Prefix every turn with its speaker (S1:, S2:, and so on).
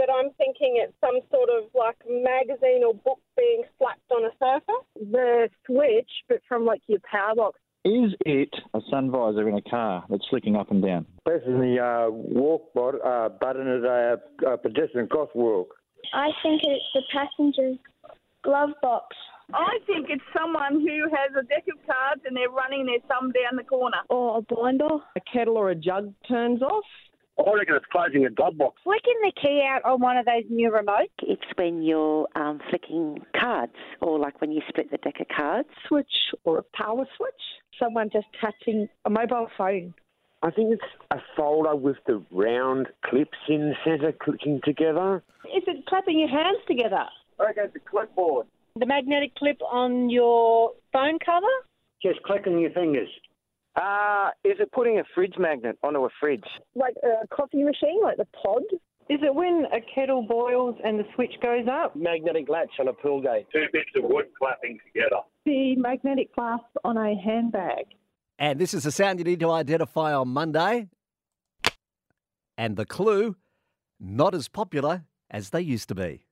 S1: I'm thinking it's some sort of like magazine or book being slapped on a surface.
S2: The switch, but from like your power box.
S3: Is it a sun visor in a car that's flicking up and down?
S4: Pressing the uh, walk bot, uh, button at a,
S5: uh,
S4: a pedestrian crosswalk.
S6: I think it's the passenger's glove box.
S7: I think it's someone who has a deck of cards and they're running their thumb down the corner.
S8: Or a blender.
S9: A kettle or a jug turns off.
S10: I reckon it's closing a glove box.
S11: Flicking the key out on one of those new remotes.
S12: It's when you're um, flicking cards or like when you split the deck of cards.
S13: Switch or a power switch. Someone just touching a mobile phone.
S5: I think it's a folder with the round clips in the centre clicking together.
S14: Is it clapping your hands together?
S15: I reckon it's a clipboard.
S14: The magnetic clip on your phone cover?
S16: Just clicking your fingers.
S17: Uh, is it putting a fridge magnet onto a fridge?
S2: Like a coffee machine, like the pod?
S8: Is it when a kettle boils and the switch goes up?
S16: Magnetic latch on a pool gate.
S10: Two bits of wood clapping together.
S2: The magnetic clasp on a handbag.
S18: And this is the sound you need to identify on Monday. And the clue, not as popular as they used to be.